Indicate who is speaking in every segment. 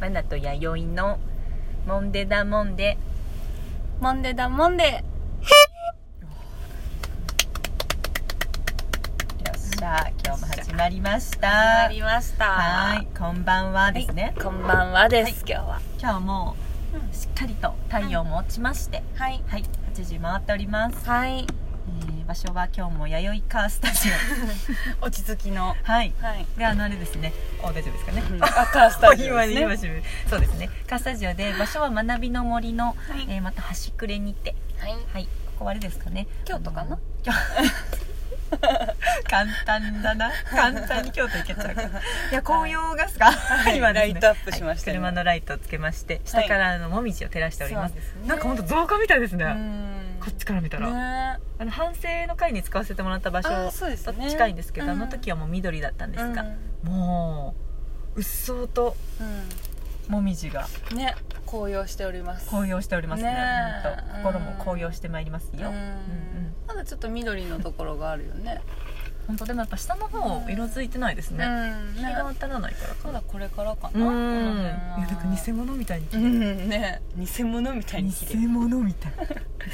Speaker 1: マナと弥生のモンデダモンデ
Speaker 2: モンデだモンデ
Speaker 1: よっしゃ今日も始まりまし
Speaker 2: あ
Speaker 1: た
Speaker 2: りました
Speaker 1: はいこんばんはですね、
Speaker 2: こんばんはです、今日は
Speaker 1: 今日もしっかりと太陽も落ちまして、
Speaker 2: はい
Speaker 1: はい8時回っております、
Speaker 2: はい
Speaker 1: えー場所は今日も弥生カースタジ
Speaker 2: 落ち着きの
Speaker 1: オはい
Speaker 2: はい
Speaker 1: であのあれですねお大丈夫ですかね、
Speaker 2: うん赤スタジオ
Speaker 1: 今
Speaker 2: ですね
Speaker 1: 今渋いそうですねカースタジオで場所は学びの森の、
Speaker 2: はい
Speaker 1: えーまた端くれにて
Speaker 2: はい
Speaker 1: はい、ここはあれですかね。
Speaker 2: 京都
Speaker 1: あ
Speaker 2: かな
Speaker 1: の。京簡単だな。簡単に京都行けちゃうから。い や、紅葉がすか。
Speaker 2: い
Speaker 1: 今ですね
Speaker 2: ライトアップしました
Speaker 1: はい
Speaker 2: ね
Speaker 1: 車のライトをつけまして、下からあのもみじを照らしております。
Speaker 2: そうですね
Speaker 1: なんか本当造花みたいです
Speaker 2: う
Speaker 1: ね。
Speaker 2: ん
Speaker 1: こっちから見たら、
Speaker 2: ね
Speaker 1: あの反省の会に使わせてもらった場
Speaker 2: あー
Speaker 1: 所
Speaker 2: そうです
Speaker 1: と
Speaker 2: ね
Speaker 1: 近いんですけど、
Speaker 2: うん
Speaker 1: あの時はもう緑だったんですが、
Speaker 2: う
Speaker 1: もううっそうと
Speaker 2: ん
Speaker 1: もみじが
Speaker 2: うんね紅葉しております
Speaker 1: 紅葉しておりますね
Speaker 2: ね
Speaker 1: 本
Speaker 2: え
Speaker 1: 当心も紅葉してまいりますよ、
Speaker 2: うん
Speaker 1: うんうん
Speaker 2: まだちょっと緑のところがあるよね
Speaker 1: 本当でもやっぱ下の方色づいてないです
Speaker 2: う
Speaker 1: ね、
Speaker 2: ん
Speaker 1: 日
Speaker 2: ね
Speaker 1: が当たらないからか
Speaker 2: ま
Speaker 1: な
Speaker 2: だこれからかな
Speaker 1: うん
Speaker 2: こ
Speaker 1: い
Speaker 2: の辺は
Speaker 1: やなんか偽物みたいに
Speaker 2: うんね偽物みたいに綺麗
Speaker 1: 物みたい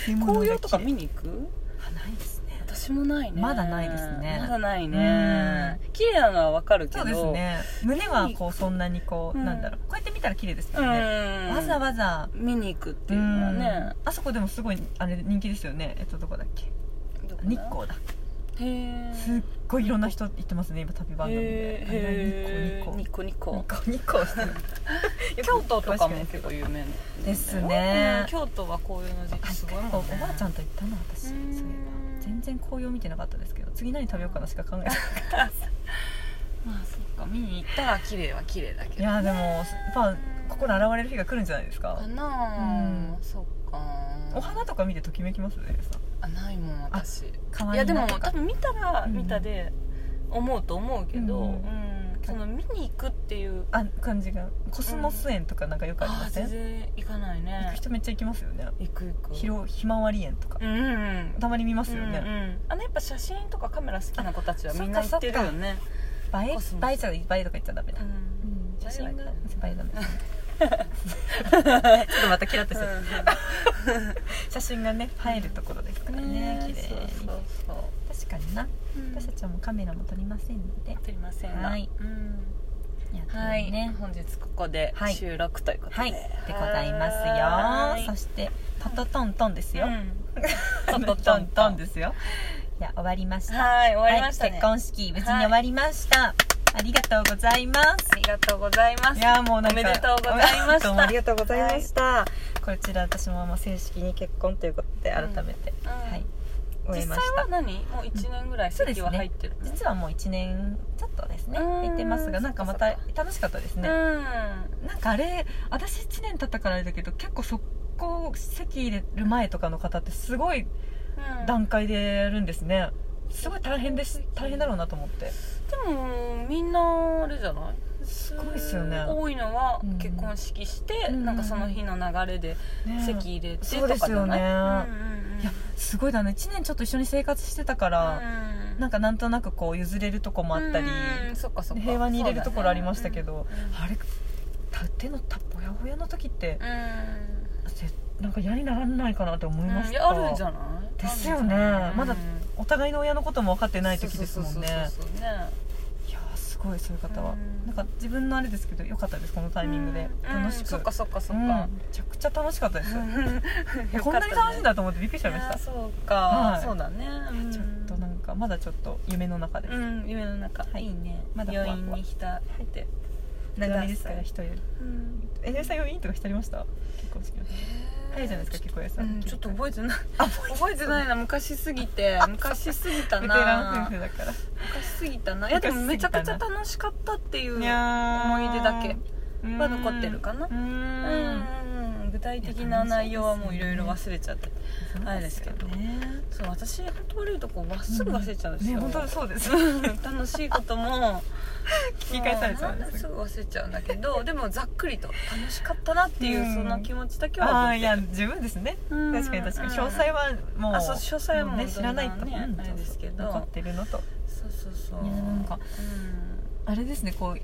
Speaker 1: 偽
Speaker 2: 紅葉とか
Speaker 1: 見
Speaker 2: 見に行く
Speaker 1: ないですね
Speaker 2: 私もないね
Speaker 1: まだないですね
Speaker 2: まだないね綺麗なのはわかるけ
Speaker 1: そ
Speaker 2: ど
Speaker 1: うですね胸はこうそんなにこう、
Speaker 2: うん
Speaker 1: なんだろうこうやって見たら綺麗ですけ
Speaker 2: う
Speaker 1: どね、
Speaker 2: ん
Speaker 1: わざわざ
Speaker 2: 見に行くっていうのはね
Speaker 1: うんあそこでもすごいあれ人気ですよねえっとどこだっけ
Speaker 2: どこだ
Speaker 1: 日光だ
Speaker 2: へえ
Speaker 1: すっごいいろんな人行ってますね今旅番組で、
Speaker 2: へえ
Speaker 1: あれ
Speaker 2: 日
Speaker 1: 日
Speaker 2: 光日
Speaker 1: 光
Speaker 2: 光
Speaker 1: 日光日光してる
Speaker 2: 京都とか
Speaker 1: 詳しくない
Speaker 2: も
Speaker 1: ですけ
Speaker 2: 結
Speaker 1: ど
Speaker 2: 構有名なんだよ
Speaker 1: ですね
Speaker 2: うん京都は紅葉の時期すごいもんね
Speaker 1: おばあちゃんと行ったな私そううい
Speaker 2: ん
Speaker 1: えば全然紅葉見てなかったですけど次何食べようかなしか考えてない
Speaker 2: まあそっか見に行ったら綺麗は綺麗だけ ど
Speaker 1: いやーでもやっぱ心現れる日が来るんじゃないですか
Speaker 2: かなあ
Speaker 1: うん
Speaker 2: そっか
Speaker 1: お花とか見てときめきますねさ
Speaker 2: あないもん私
Speaker 1: 可愛
Speaker 2: いやでも
Speaker 1: なとか
Speaker 2: 多分見たら
Speaker 1: うん
Speaker 2: 見たで思うと思うけど、
Speaker 1: う
Speaker 2: うんんその見に行くっていう
Speaker 1: あ感じがコスモス園とかなんかよくありま
Speaker 2: ー
Speaker 1: せん、
Speaker 2: 全然行かない
Speaker 1: 行
Speaker 2: ね
Speaker 1: く人めっちゃ行きますよね
Speaker 2: 行く行く
Speaker 1: ひろひまわり園とか
Speaker 2: うんうんうん
Speaker 1: たまに見ますよ
Speaker 2: うんう
Speaker 1: ね
Speaker 2: んあのやっぱ写真とかカメラ好きな子たちはみんな行ってるよね
Speaker 1: 映え
Speaker 2: コスモス
Speaker 1: 映えちゃう映えとか言っちゃダメだ、
Speaker 2: うん
Speaker 1: 写真が映
Speaker 2: うん
Speaker 1: えダメ だちょっとまたキラッとしちゃった写真がね映えるところですからね綺麗
Speaker 2: そう
Speaker 1: に
Speaker 2: そうそう
Speaker 1: 確かにな
Speaker 2: うん
Speaker 1: 私たちはもうカメラも撮りませんのでやっ
Speaker 2: 撮りませんが
Speaker 1: はい
Speaker 2: うん
Speaker 1: てる
Speaker 2: はい、
Speaker 1: ね
Speaker 2: 本日ここで
Speaker 1: はい
Speaker 2: 収録ということで、
Speaker 1: はい、でござい
Speaker 2: は
Speaker 1: ま
Speaker 2: ー
Speaker 1: す
Speaker 2: い
Speaker 1: よそしてトトトントンですよ、
Speaker 2: うん
Speaker 1: トトトントンですよいや終わりました
Speaker 2: はい、終わりましたね。
Speaker 1: はい結婚式無事に終わりました、ありがとうございます
Speaker 2: ありがとうございます。
Speaker 1: いやもうなんか
Speaker 2: おめでとうございまし た
Speaker 1: どうもありがとうございました、こちら私ももう正式に結婚ということで改めて、
Speaker 2: うん
Speaker 1: はい終
Speaker 2: 実
Speaker 1: え
Speaker 2: 際
Speaker 1: ました
Speaker 2: は何もう一年ぐらい
Speaker 1: そうで
Speaker 2: 席
Speaker 1: す
Speaker 2: は
Speaker 1: ね
Speaker 2: 入ってる。
Speaker 1: 実はもう1年ちょっとですね
Speaker 2: うん
Speaker 1: 経ってますがなんかま
Speaker 2: そ
Speaker 1: た
Speaker 2: っかそ
Speaker 1: 楽しかったですね、なんかあれ私1年経ったからあれだけど結構速攻席入れる前とかの方ってすごい
Speaker 2: うん。うん
Speaker 1: 段階でやるんですねすごい大変です大変だろうなと思って
Speaker 2: でもみんなあれじゃないす
Speaker 1: ごいっすよね
Speaker 2: 多いのは
Speaker 1: うん
Speaker 2: 結婚式して、
Speaker 1: うん
Speaker 2: なんかその日の流れで
Speaker 1: ねえ
Speaker 2: 席入れて
Speaker 1: そう
Speaker 2: と
Speaker 1: です
Speaker 2: かじゃ
Speaker 1: よ
Speaker 2: な
Speaker 1: ね
Speaker 2: い、うんうんうん
Speaker 1: いやすごいだね1年ちょっと一緒に生活してたから、
Speaker 2: うん
Speaker 1: なんかなんとなくこう譲れるとこもあったり、
Speaker 2: うんそっかそっか
Speaker 1: 平和に入れるところありましたけど、
Speaker 2: そうだね
Speaker 1: あれた手のたぼやぼやの時って
Speaker 2: うんうん
Speaker 1: せなんか嫌にならないかなって思いま
Speaker 2: うん
Speaker 1: し
Speaker 2: い
Speaker 1: た、
Speaker 2: やあるんじゃない
Speaker 1: ですよねまだお互いの親のことも分かってない時ですもんね
Speaker 2: そうそうそうそうね
Speaker 1: いやーすごいそういう方は、
Speaker 2: うん
Speaker 1: なんか自分のあれですけど良かったですこのタイミングで、
Speaker 2: うん
Speaker 1: 楽し
Speaker 2: うん
Speaker 1: く
Speaker 2: そっかそっかそっ
Speaker 1: うん
Speaker 2: か
Speaker 1: めちゃくちゃ楽しかった です、
Speaker 2: よ
Speaker 1: こん
Speaker 2: かっ
Speaker 1: な
Speaker 2: たね
Speaker 1: に楽しいんだと思ってびっくりしちゃいまし
Speaker 2: い
Speaker 1: た
Speaker 2: やそうか、
Speaker 1: はい
Speaker 2: そうだね、うん
Speaker 1: ちょっとなんかまだちょっと夢の中です、
Speaker 2: うん夢の中、
Speaker 1: はい
Speaker 2: い、いね
Speaker 1: まだふわふ
Speaker 2: 余
Speaker 1: わ
Speaker 2: 韻に浸って
Speaker 1: 長めですから
Speaker 2: くだ
Speaker 1: 一
Speaker 2: さ
Speaker 1: 人で
Speaker 2: いうん
Speaker 1: えゆうさん4人とか浸りました結婚式の時早いじゃないですか結構やさ
Speaker 2: うんん、ちょっと覚えてない
Speaker 1: あ覚
Speaker 2: 覚えてないな昔すぎて昔すぎた
Speaker 1: ベテラン
Speaker 2: な
Speaker 1: 夫婦だから
Speaker 2: 昔すぎたないやでもめちゃくちゃ楽しかったっていうは思い出だけ
Speaker 1: は
Speaker 2: 残ってるかな
Speaker 1: う
Speaker 2: うんんうん具体的な内容はもういろいろ忘れちゃって
Speaker 1: そうですよね
Speaker 2: そう私本当悪いとこまっすぐ忘れちゃうんです
Speaker 1: ね
Speaker 2: よ、
Speaker 1: 本当そう です
Speaker 2: 楽しいことも
Speaker 1: 聞き返されちゃうんですす
Speaker 2: ぐ忘れちゃうんだけ どでもざっくりと楽しかったなっていう、
Speaker 1: うん
Speaker 2: その気持ちだけは
Speaker 1: あ
Speaker 2: 覚
Speaker 1: あ
Speaker 2: え
Speaker 1: い
Speaker 2: てる
Speaker 1: や十分ですね
Speaker 2: うん
Speaker 1: 確かに確かに詳細はもう
Speaker 2: あそう詳細はもう
Speaker 1: ね知らないと
Speaker 2: どんなね
Speaker 1: うん
Speaker 2: あれですけど
Speaker 1: 残ってるのと
Speaker 2: そうそうそう
Speaker 1: いやなんかあれですねこうちょ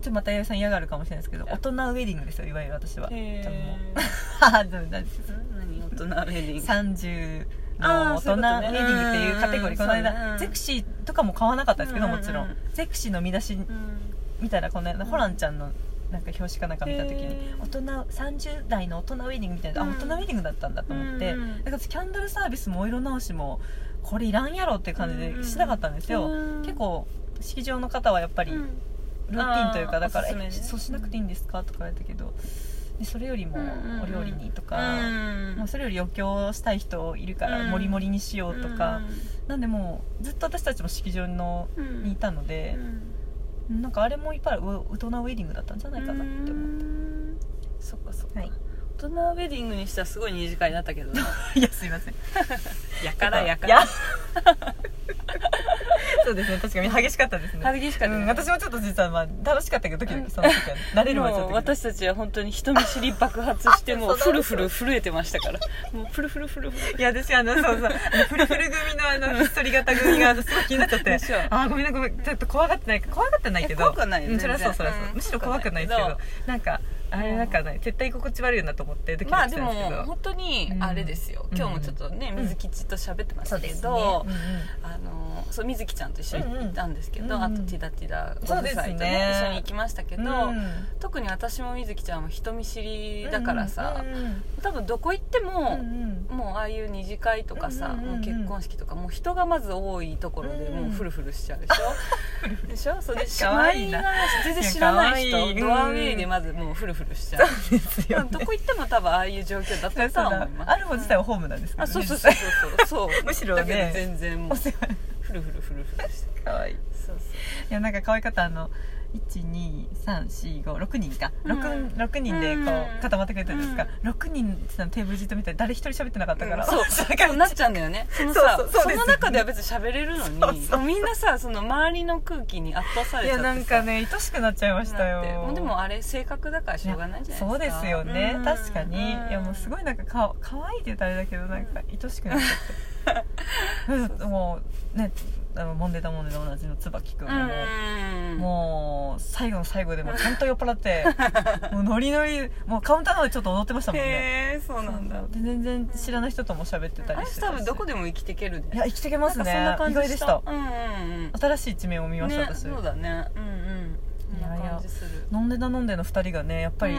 Speaker 1: っとまた弥生さん嫌がるかもしれないですけど大人ウェディングですよいわゆる私は
Speaker 2: へ
Speaker 1: じゃあもう
Speaker 2: え
Speaker 1: あでもなんです
Speaker 2: 何大人ウェディング
Speaker 1: 30の
Speaker 2: あ
Speaker 1: 大
Speaker 2: ー
Speaker 1: 人ウェディングっていうカテゴリー
Speaker 2: そ
Speaker 1: こ
Speaker 2: う
Speaker 1: の
Speaker 2: だね
Speaker 1: 間
Speaker 2: うん
Speaker 1: ゼクシーとかも買わなかったんですけど
Speaker 2: うんうん
Speaker 1: も
Speaker 2: うん
Speaker 1: ちろんゼクシーの見出し
Speaker 2: うん
Speaker 1: 見たらこの間
Speaker 2: ん
Speaker 1: ホランちゃんのなんか表紙かなんか見た時に
Speaker 2: へー
Speaker 1: 大人30代の大人ウェディングみたいなあ
Speaker 2: うん
Speaker 1: 大人ウェディングだったんだと思って
Speaker 2: うんうん
Speaker 1: だからキャンドルサービスもお色直しもこれいらんやろっていう感じでしなかったんですよ
Speaker 2: うん
Speaker 1: 結構式場の方はやっぱり
Speaker 2: うん
Speaker 1: ルーティンという
Speaker 2: あ
Speaker 1: か
Speaker 2: ー
Speaker 1: だから
Speaker 2: おすすめ
Speaker 1: え
Speaker 2: ね
Speaker 1: そうしなくていいんですか?」とか言われたけどでそれよりも
Speaker 2: うんうんうん
Speaker 1: お料理にとか、
Speaker 2: うん
Speaker 1: まあ、それより余興したい人いるか
Speaker 2: う
Speaker 1: ら
Speaker 2: ん
Speaker 1: モリモリにしようとか、なんでもうずっと私たちも式場の
Speaker 2: うんうん
Speaker 1: にいたの
Speaker 2: う
Speaker 1: で、
Speaker 2: ん
Speaker 1: なんかあれもいっぱいう大人ウェディングだったんじゃないかなって思う、
Speaker 2: うんそっかそっか
Speaker 1: はい
Speaker 2: 大人ウェディングにしてはすごい二次会だったけどね
Speaker 1: いやすいません
Speaker 2: やからや か
Speaker 1: いや
Speaker 2: ら
Speaker 1: そうですね確かに激しかったですね
Speaker 2: 激しかったね
Speaker 1: うん、私もちょっと実はまあ楽しかったけどドキドキその時は慣れるまでちょっ
Speaker 2: も
Speaker 1: とド
Speaker 2: う
Speaker 1: キドキ
Speaker 2: 私たちは本当に人見知り爆発してもう
Speaker 1: そ
Speaker 2: フ
Speaker 1: うなんで
Speaker 2: ル
Speaker 1: す
Speaker 2: フル震えてましたからもうフルフルフルフル
Speaker 1: いや私あのそうそうあのフルフル組の あのひっそり型組があのすごい気になっちゃって
Speaker 2: でしょ
Speaker 1: あーごめんなごめんちょっと怖がってないか怖がってないけど
Speaker 2: いや怖くはないよ
Speaker 1: うんそれはそう
Speaker 2: 全
Speaker 1: それは
Speaker 2: 然
Speaker 1: そう、
Speaker 2: うん
Speaker 1: むしろ怖くないですけど
Speaker 2: 怖くない
Speaker 1: なんかあれなんかね絶対心地悪いよなと思ってドキド
Speaker 2: まあ
Speaker 1: キし
Speaker 2: で
Speaker 1: たん
Speaker 2: も
Speaker 1: ですけど、
Speaker 2: 本当にあれですよ、
Speaker 1: うん
Speaker 2: 今日もちょっとね
Speaker 1: うん
Speaker 2: 水吉と喋ってましたけど、
Speaker 1: うんうん
Speaker 2: あのそう水木ちゃんと一緒に行ったんですけど、
Speaker 1: うんうん
Speaker 2: あとティダティダご夫妻と
Speaker 1: そうで
Speaker 2: ね
Speaker 1: すね
Speaker 2: 一緒に行きましたけど、
Speaker 1: う
Speaker 2: 特に私も水木ちゃんは人見知り
Speaker 1: ん
Speaker 2: だからさ、
Speaker 1: うんうん
Speaker 2: 多分どこ行って
Speaker 1: うん
Speaker 2: も、
Speaker 1: うん
Speaker 2: もうああいう二次会とかさ、
Speaker 1: うんうんうんうん
Speaker 2: もう結婚式とかもう人がまず多いところで
Speaker 1: うんうん
Speaker 2: もうフルフルしちゃう でしょ、でしょそれで
Speaker 1: かわいいな
Speaker 2: 周りが全然知らない
Speaker 1: いやかわい
Speaker 2: 人
Speaker 1: い
Speaker 2: ドアウェイでまずもうフルフルしちゃう
Speaker 1: ですよ
Speaker 2: どこ行っても多分ああいう状況だっ
Speaker 1: そう
Speaker 2: たとは
Speaker 1: そう
Speaker 2: 思
Speaker 1: だ
Speaker 2: います
Speaker 1: アルフォ自体はホームなんですけど、
Speaker 2: あそうそう
Speaker 1: 実
Speaker 2: そう
Speaker 1: 際
Speaker 2: そうそうそ う
Speaker 1: むしろね
Speaker 2: だけど全然も
Speaker 1: お
Speaker 2: う
Speaker 1: 世話に
Speaker 2: フルフルフルフルして
Speaker 1: かわいい
Speaker 2: そうそ
Speaker 1: いやなんか可愛かったあの12345人か 6,、
Speaker 2: うん
Speaker 1: 六人でこう
Speaker 2: う
Speaker 1: ん固まってくれたじゃないですか、六6人そのテーブルじっと見て誰一人喋ってなかったから、
Speaker 2: うんそう
Speaker 1: だから
Speaker 2: うなっちゃうんだよねそのさ
Speaker 1: そ
Speaker 2: そう
Speaker 1: そうそうです
Speaker 2: の中では別に喋れるのに
Speaker 1: そうそう
Speaker 2: もうみんなさその周りの空気に圧倒さ
Speaker 1: い
Speaker 2: れちゃ
Speaker 1: や
Speaker 2: って さ
Speaker 1: なんかね愛しくなっちゃいました
Speaker 2: なっても
Speaker 1: よ
Speaker 2: うでもあれ性格だからしょうがないじゃないですか
Speaker 1: そうですよね、
Speaker 2: うん
Speaker 1: 確かに、いやもうすご
Speaker 2: い
Speaker 1: いなんかか可愛いって言うとあれだけどなんか愛しくなっちゃってもうねあのもんでたもんでた同じの椿君
Speaker 2: う
Speaker 1: がもう、
Speaker 2: ん
Speaker 1: もう最後の最後でもちゃんと酔っ払って もうノリノリもうカウンターの上でちょっと踊ってましたもんね
Speaker 2: へえそうなんだ
Speaker 1: で全然知らない人とも喋ってた
Speaker 2: あ
Speaker 1: り
Speaker 2: れ
Speaker 1: してたし
Speaker 2: 多分どこでも生きていけるで
Speaker 1: いや生きてけますね
Speaker 2: なんかそん
Speaker 1: 意
Speaker 2: な感
Speaker 1: 外
Speaker 2: じ
Speaker 1: でした
Speaker 2: うんうんうん
Speaker 1: 新しい一面を見ました、私
Speaker 2: ね、そうだねうんうん
Speaker 1: いやいや
Speaker 2: そんな感じするやっ
Speaker 1: 飲んでた飲んでの2人がねやっぱり、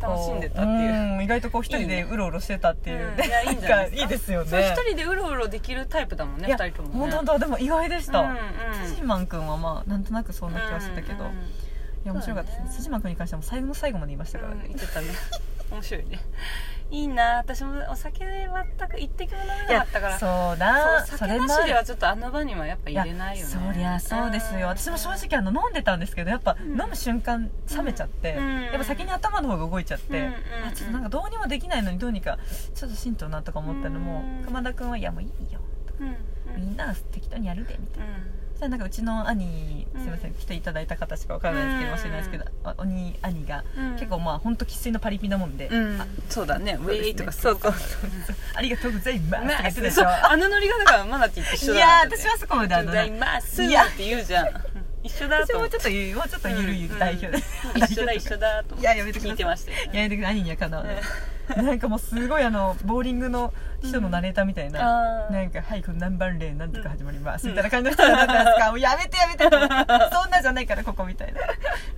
Speaker 2: 楽しんでたっていう、
Speaker 1: うん意外とこう一人でうろうろしてたっていう、
Speaker 2: うんいやいいんじゃないですか
Speaker 1: いいですよね
Speaker 2: そう一人でうろうろできるタイプだもんね
Speaker 1: いや
Speaker 2: 二人ともね
Speaker 1: 本当だでも意外でした、
Speaker 2: うんうん
Speaker 1: 辻マン君はまあなんとなくそんな気がしてたけど、
Speaker 2: うんうんうん
Speaker 1: いや面白かったですね
Speaker 2: そうだね
Speaker 1: 辻マン君に関してはもう最後の最後まで言いましたから
Speaker 2: うん
Speaker 1: ね、
Speaker 2: 言ってたね 面白いねいいな私もお酒は全く一滴も飲め
Speaker 1: い
Speaker 2: なか
Speaker 1: や
Speaker 2: ったから
Speaker 1: そうだ
Speaker 2: そ
Speaker 1: そ
Speaker 2: う酒
Speaker 1: れ
Speaker 2: な
Speaker 1: もあ
Speaker 2: し
Speaker 1: る
Speaker 2: ではちょっとあの場にはやっぱ入れないよね
Speaker 1: いやそりゃそうですよ、
Speaker 2: ん
Speaker 1: 私も正直あの飲んでたんですけどやっぱ
Speaker 2: うん
Speaker 1: 飲む瞬間冷めちゃって、
Speaker 2: うん
Speaker 1: やっぱ先に頭の方が動いちゃって、
Speaker 2: うんうんうん
Speaker 1: あちょっとなんかどうにもできないのにどうにかちょっとしんとなとか思ったのも、
Speaker 2: うん
Speaker 1: 熊田君はいやもういいよ
Speaker 2: うんうん
Speaker 1: みんな適当にやるでみたいな、そしたらなんかうちの兄すいません、来ていただいた方しかわからないですけど、
Speaker 2: うん
Speaker 1: 知らないですけどあお兄兄が、
Speaker 2: うん
Speaker 1: 結構まあ本当生粋のパリピなもんで、
Speaker 2: うんそうだねウ
Speaker 1: うですね
Speaker 2: ェイとかそうそうそう
Speaker 1: ありがとうございますとか言ってたでし
Speaker 2: そ
Speaker 1: ょ
Speaker 2: うあのノリがだからマナティと一
Speaker 1: い
Speaker 2: 緒だ
Speaker 1: や
Speaker 2: なんて
Speaker 1: 私はそこまで
Speaker 2: あ
Speaker 1: あ
Speaker 2: り
Speaker 1: の
Speaker 2: がとうござい
Speaker 1: ね
Speaker 2: ます
Speaker 1: いや
Speaker 2: って言うじゃん一緒だ
Speaker 1: 私
Speaker 2: と思
Speaker 1: も
Speaker 2: っ
Speaker 1: ち
Speaker 2: て
Speaker 1: ょっとゆもうちょっとゆるゆ
Speaker 2: う
Speaker 1: る
Speaker 2: ん
Speaker 1: 代表で、
Speaker 2: うん一緒だ一緒だと思
Speaker 1: いややめてください
Speaker 2: 聞いてましたよ
Speaker 1: いやだけど兄にはかなわないなんかもうすごいあのボーリングの人のナレーターみたいな、
Speaker 2: あー
Speaker 1: なんか「はいこの何番例なんとか始まります」
Speaker 2: う
Speaker 1: み
Speaker 2: ん
Speaker 1: たいな感じの人だったんですか、もうやめてやめてそんなじゃないからここみたい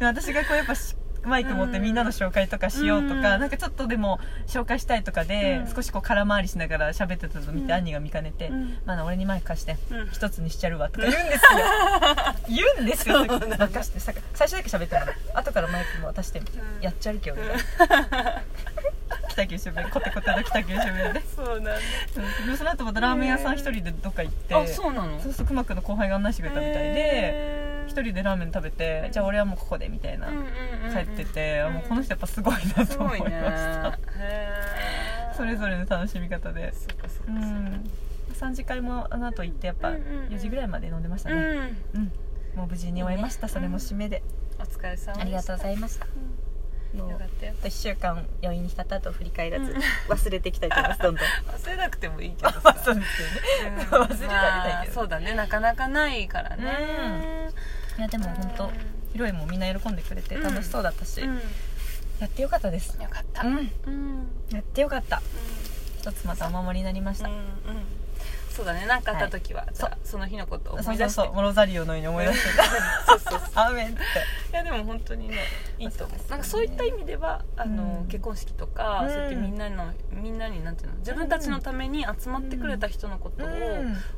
Speaker 1: なで私がこうやっぱしマイク持ってみんなの紹介とかしようとか、
Speaker 2: うん
Speaker 1: なんかちょっとでも紹介したいとかで、
Speaker 2: うん
Speaker 1: 少しこう空回りしながら喋ってたの見て、
Speaker 2: うん
Speaker 1: 兄が見かねて「
Speaker 2: うん
Speaker 1: まだ俺にマイク貸して
Speaker 2: うん
Speaker 1: 一つにしちゃるわ」とか言うんですよ 言うんですよ
Speaker 2: そうなんだ
Speaker 1: 任してさ最初だけ喋ったの後からマイクも渡してみたいな、
Speaker 2: うん
Speaker 1: やっちゃるけどね北九州弁コテコテの北九州弁で
Speaker 2: そうなんだ
Speaker 1: でその後またラーメン屋さん一人でどっか行って、
Speaker 2: あそうなの
Speaker 1: そうそう熊くんの後輩が案内してくれたみたいで
Speaker 2: へー
Speaker 1: 一人でラーメン食べて、
Speaker 2: うん
Speaker 1: じゃあ俺はもうここでみたいな、
Speaker 2: うんうんうん
Speaker 1: 帰ってて、
Speaker 2: うん
Speaker 1: もうこの人やっぱすごいな
Speaker 2: す
Speaker 1: と
Speaker 2: ご
Speaker 1: 思い
Speaker 2: い
Speaker 1: まし
Speaker 2: ね
Speaker 1: た、
Speaker 2: へー
Speaker 1: それぞれの楽しみ方で
Speaker 2: そっかそ
Speaker 1: う
Speaker 2: っかそっか
Speaker 1: ん3次会もあの後行ってやっぱ
Speaker 2: うんうんうん
Speaker 1: 4時ぐらいまで飲んでましたねうん、もう無事に終えました
Speaker 2: いいね
Speaker 1: それも締めで、
Speaker 2: うんお疲れ様でした
Speaker 1: ありがとうございましたもう
Speaker 2: よかったよ
Speaker 1: あと1週間余韻に浸った後振り返らず
Speaker 2: うん
Speaker 1: 忘れていきたいと思いますどんどん
Speaker 2: 忘れなくてもいいけどさ
Speaker 1: まあそうですよね
Speaker 2: う
Speaker 1: 忘
Speaker 2: ん
Speaker 1: れられないけど
Speaker 2: まあそうだねなかなかないからね
Speaker 1: いやでも本当
Speaker 2: うん
Speaker 1: ひ披露宴もみんな喜んでくれて
Speaker 2: うん
Speaker 1: 楽しそうだったし、
Speaker 2: うん
Speaker 1: やってよかったです
Speaker 2: よかっ
Speaker 1: う
Speaker 2: たうん
Speaker 1: ん
Speaker 2: うん
Speaker 1: やってよかった一つまたお守りになりました、
Speaker 2: うんそうだね何かあった時は、じゃあその日のことを
Speaker 1: そ
Speaker 2: 思
Speaker 1: う
Speaker 2: い
Speaker 1: そ
Speaker 2: 出
Speaker 1: う
Speaker 2: して
Speaker 1: そうモロザリオのように思い出して
Speaker 2: そうそうそう
Speaker 1: たアーメンって
Speaker 2: いやでも本当にねいいと思
Speaker 1: そう
Speaker 2: う
Speaker 1: ですね
Speaker 2: なんかそういった意味ではあの、
Speaker 1: うん
Speaker 2: 結婚式とか、
Speaker 1: うん
Speaker 2: そうやってみんなのみんなになんていうの自分たちのために集まってくれた人のことを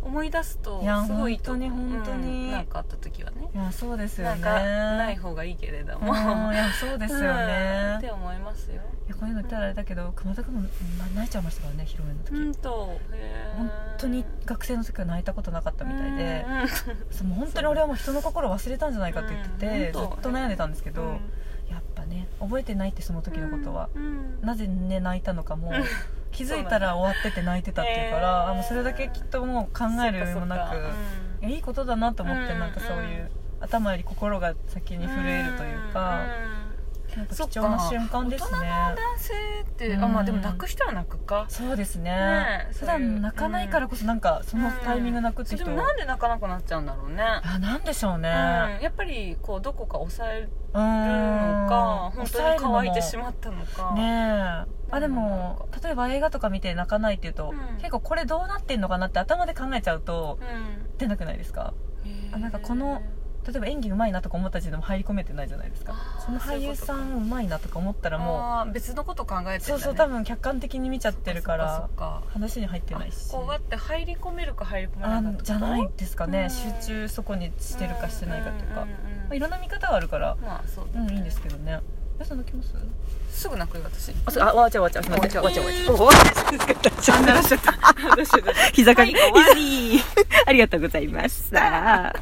Speaker 2: 思い出すと
Speaker 1: いや
Speaker 2: すごいいいと思う
Speaker 1: 本当に本当に
Speaker 2: うんなんかあった時はね
Speaker 1: いやそうですよ
Speaker 2: なん
Speaker 1: ね
Speaker 2: かない方がいいけれども、
Speaker 1: うんいやそうですよ
Speaker 2: うん
Speaker 1: ね
Speaker 2: っ、て思いますよ
Speaker 1: いやこういうの言ったらあれだけど熊田君もま泣いちゃいましたからね披露宴の時、
Speaker 2: うんとへー
Speaker 1: 本当に学生の時は泣いたことなかったみたいで、そうもう本当に俺はもう人の心忘れたんじゃないかって言ってて、
Speaker 2: うん
Speaker 1: ずっと悩んでたんですけど、
Speaker 2: うん
Speaker 1: やっぱね覚えてないってその時のことは、
Speaker 2: うん
Speaker 1: なぜね泣いたのかも
Speaker 2: うん
Speaker 1: 気づいたら終わってて泣いてたっていうから
Speaker 2: そ
Speaker 1: あ
Speaker 2: うなんだ
Speaker 1: もうそれだけきっともう考える余裕もなく
Speaker 2: そっかそっかうん
Speaker 1: いやいいことだなと思って、
Speaker 2: うん
Speaker 1: なんかそういうう頭より心が先に震えるというか、なんか
Speaker 2: そっ
Speaker 1: 貴
Speaker 2: か
Speaker 1: 重な瞬間ですね
Speaker 2: うん男性って、
Speaker 1: うん
Speaker 2: あまあでも泣く人は泣くか
Speaker 1: そうですね
Speaker 2: ねえ
Speaker 1: 普
Speaker 2: そういう
Speaker 1: 段泣かないからこそなんかそのタイミング泣くっ
Speaker 2: そ
Speaker 1: て
Speaker 2: れで
Speaker 1: 人、
Speaker 2: もなんで泣かなくなっちゃうんだろうね
Speaker 1: あなんでしょうね、
Speaker 2: うん、やっぱりこうどこか抑える
Speaker 1: う
Speaker 2: の
Speaker 1: ん
Speaker 2: か本当に乾いてし
Speaker 1: う
Speaker 2: まったのか
Speaker 1: ねえあで
Speaker 2: なん
Speaker 1: も
Speaker 2: か
Speaker 1: 例えば映画とか見て泣かないっていうと、
Speaker 2: うん
Speaker 1: 結構これどうなってんのかなって頭で考えちゃうと
Speaker 2: うん
Speaker 1: 出なくないですかあなんかこの例えば演技うまいなとか思った時点でも入り込めてないじゃないですか
Speaker 2: あー
Speaker 1: この俳優さんうまいなとか思ったらも
Speaker 2: あー別のこと考えてる
Speaker 1: う
Speaker 2: んだ、ね、
Speaker 1: そうそう多分客観的に見ちゃってるから
Speaker 2: そっか
Speaker 1: 話に入って
Speaker 2: そっか
Speaker 1: ないし
Speaker 2: こうだって入り込めるか入り込めな
Speaker 1: あ
Speaker 2: いかとか
Speaker 1: じゃないですかね、
Speaker 2: うん
Speaker 1: 集中そこにしてるかしてないかとか、
Speaker 2: うんうんうんうん
Speaker 1: まあ、いろんな見方があるから
Speaker 2: まあそう
Speaker 1: う
Speaker 2: だね、
Speaker 1: んいいんですけどねえそのきます
Speaker 2: すぐ泣くよ私
Speaker 1: あそうあわちゃわちゃわちゃわちゃわちゃわちゃわちゃわちゃ
Speaker 2: しちゃった
Speaker 1: 膝掛
Speaker 2: はい終わ
Speaker 1: りありがとうございました。